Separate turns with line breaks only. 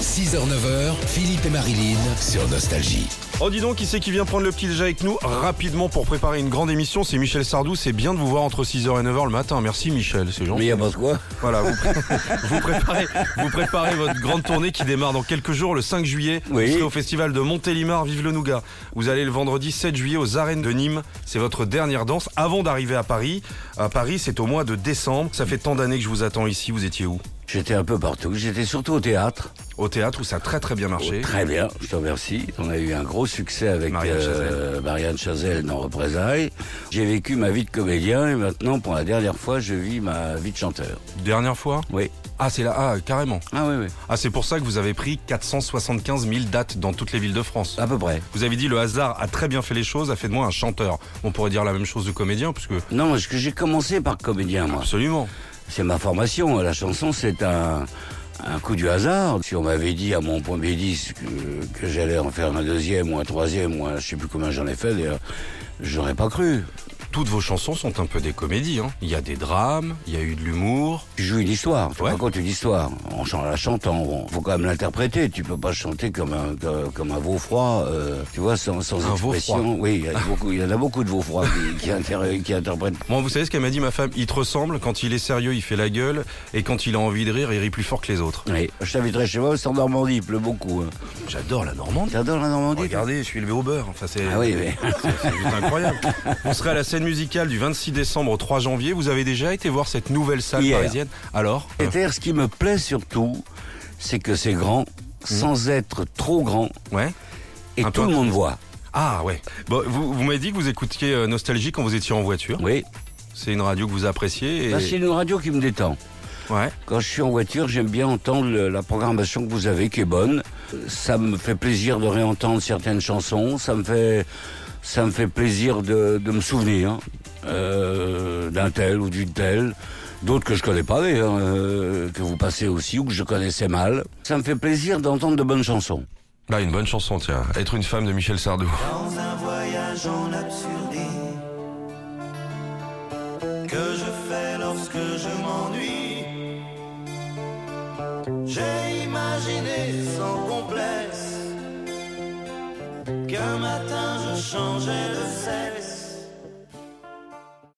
6h-9h, Philippe et Marilyn sur Nostalgie.
Oh dis donc, qui c'est qui vient prendre le petit déj avec nous rapidement pour préparer une grande émission C'est Michel Sardou, c'est bien de vous voir entre 6h et 9h le matin. Merci Michel, c'est gentil.
Mais il a pas de quoi
Voilà, vous, vous préparez, vous préparez votre grande tournée qui démarre dans quelques jours, le 5 juillet.
Oui.
Vous serez au festival de Montélimar, Vive le Nougat. Vous allez le vendredi 7 juillet aux arènes de Nîmes. C'est votre dernière danse avant d'arriver à Paris. À Paris, c'est au mois de décembre. Ça fait tant d'années que je vous attends ici. Vous étiez où
J'étais un peu partout. J'étais surtout au théâtre.
Au théâtre où ça a très très bien marché.
Très bien, je te remercie. On a eu un gros succès avec euh,
Marianne Chazelle.
Marianne Chazelle dans Représailles. J'ai vécu ma vie de comédien et maintenant, pour la dernière fois, je vis ma vie de chanteur.
Dernière fois
Oui.
Ah, c'est là. Ah, carrément.
Ah oui, oui.
Ah, c'est pour ça que vous avez pris 475 000 dates dans toutes les villes de France.
À peu près.
Vous avez dit le hasard a très bien fait les choses, a fait de moi un chanteur. On pourrait dire la même chose de comédien, puisque.
Non, parce que j'ai commencé par comédien, moi.
Absolument.
C'est ma formation. La chanson, c'est un, un coup du hasard. Si on m'avait dit à mon premier disque euh, que, que j'allais en faire un deuxième ou un troisième, ou un, je sais plus combien j'en ai fait d'ailleurs, j'aurais pas cru.
Toutes vos chansons sont un peu des comédies. hein. Il y a des drames, il y a eu de l'humour.
Tu joues une histoire, tu
Ouais.
racontes une histoire. En chan- la chantant, bon, faut quand même l'interpréter. Tu peux pas chanter comme un, que- comme un veau froid, euh, tu vois, sans, sans
Un veau
expression.
froid.
Oui, il y, a beaucoup- il y en a beaucoup de veau froids qui, qui, inter- qui interprètent.
Moi, vous savez ce qu'elle m'a dit, ma femme Il te ressemble, quand il est sérieux, il fait la gueule, et quand il a envie de rire, il rit plus fort que les autres.
Oui. Je t'inviterai chez moi, c'est en Normandie, il pleut beaucoup. hein.
J'adore la Normandie.
T'adores la Normandie toi
Regardez, je suis élevé au beurre. Enfin, c'est.
Ah oui, mais...
C'est juste incroyable. On serait à la scène musicale du 26 décembre au 3 janvier. Vous avez déjà été voir cette nouvelle salle
Hier.
parisienne Alors Euh,
Et d'ailleurs, ce qui me plaît surtout, c'est que c'est grand, sans être trop grand,
Ouais.
et
Mmh. Un
tout
peu.
le monde voit.
Ah ouais. Bon, vous, vous m'avez dit que vous écoutiez euh, Nostalgie quand vous étiez en voiture.
Oui.
C'est une radio que vous appréciez. Et...
Bah, c'est une radio qui me détend.
Ouais.
Quand je suis en voiture, j'aime bien entendre le- la programmation que vous avez, qui est bonne. Euh, Ça me fait plaisir de réentendre certaines chansons. Ça me fait, ça me fait plaisir de, de me souvenir hein. euh, d'un tel ou d'une telle. D'autres que je connais pas, d'ailleurs, euh, que vous passez aussi ou que je connaissais mal. Ça me fait plaisir d'entendre de bonnes chansons.
Là, Bah, une bonne chanson, tiens. Être une femme de Michel Sardou.
dans un voyage en absurdie que je fais lorsque je m'ennuie. J'ai imaginé sans complexe qu'un matin je changeais de scène